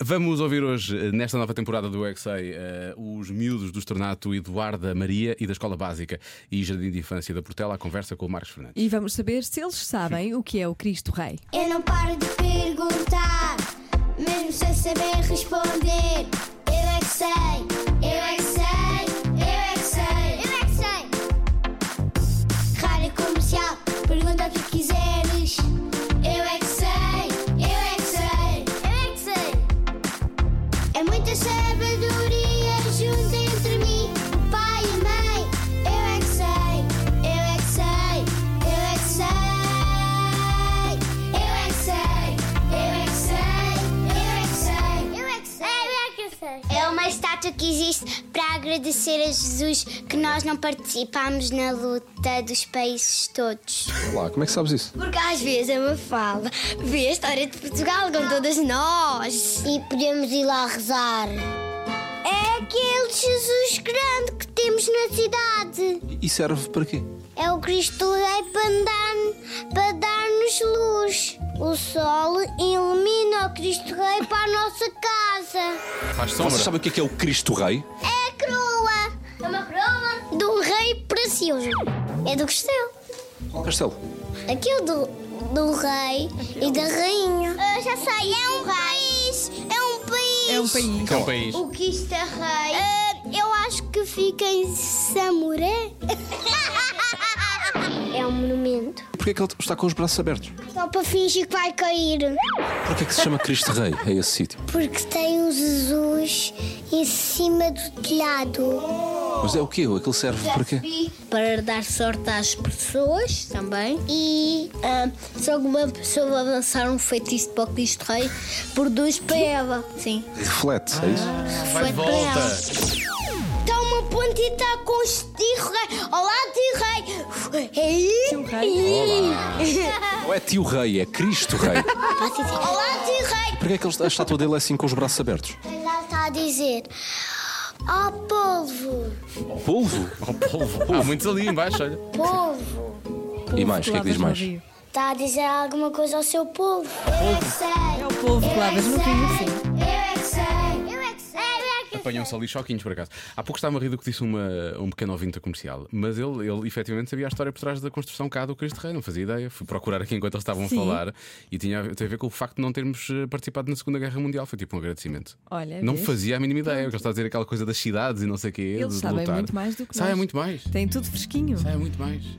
Vamos ouvir hoje, eh, nesta nova temporada do XA, eh, os miúdos do Estornato Eduarda Maria e da Escola Básica e Jardim de Infância da Portela à conversa com o Marcos Fernandes. E vamos saber se eles sabem o que é o Cristo Rei. Eu não paro de perguntar, mesmo sem saber responder. Eu é que sei, eu é que sei, eu é que sei, eu é que sei. Rádio comercial, pergunta o que quiseres. Eu é que sei, eu é que sei, eu é que sei. É muita sabedoria junto entre mim, o pai e a mãe. Eu é que sei, eu é que sei, eu é que sei. Eu é que sei, eu é que sei, eu é que sei. Eu é que sei, eu é que sei. É uma estátua que existe para agradecer a Jesus que nós não participámos na luta dos países todos. Lá, como é que sabes isso? Porque às vezes a Mafalda vê a história de Portugal com todas nós. E podemos ir lá rezar. É aquele Jesus grande que temos na cidade. E serve para quê? É o Cristo Rei para dar- para dar-nos luz. O sol ilumina o Cristo Rei para a nossa casa. Faz sombra. Vocês sabem o que é, que é o Cristo Rei? É a coroa. É uma coroa. De um rei precioso. É do castelo. Castelo. Aqui é o do, do rei é e da rainha. Eu já sei, é um país! É um país! É um país. É um país. O que está rei? eu acho que fica em Samuré. é um monumento. Porquê é que ele está com os braços abertos? Só para fingir que vai cair. Porquê é que se chama Cristo Rei a esse sítio? Porque tem o Jesus em cima do telhado. Mas é o quê? Aquilo serve para quê? Para dar sorte às pessoas também. E ah, se alguma pessoa avançar um feitiço para o Cristo Rei, produz para ela. Sim. Reflete, é isso? Ah, Vai de Foi para volta. ela. Está uma pontita com o tio rei. Olá, tio rei. um Tio rei. Não é tio Rei, é Cristo Rei. assim. Olá, tio rei. Porquê é que ele- a estátua dele é assim com os braços abertos? Ela está a dizer... Ó polvo, Polvo? Há muitos ali embaixo, olha. polvo. E mais, o que é que diz mais? Está Tá a dizer alguma coisa ao seu polvo. Eu é que sei. É o polvo que lavas no rio, sim. Eu é que sei. Eu é que sei. Eu é que Apanham-se ali choquinhos por acaso. Há pouco estava a rir do que disse uma, um pequeno ouvinte da comercial, mas ele, ele efetivamente sabia a história por trás da construção cá do Cristo Rei, não fazia ideia. Fui procurar aqui enquanto eles estavam Sim. a falar e tinha a ver, tem a ver com o facto de não termos eh, participado na Segunda Guerra Mundial. Foi tipo um agradecimento. Olha, não vês? fazia a mínima ideia, porque ele está a dizer aquela coisa das cidades e não sei o quê. Eles de sabem lutar. muito mais do que Saia nós. muito mais. Tem tudo fresquinho. Saia muito mais.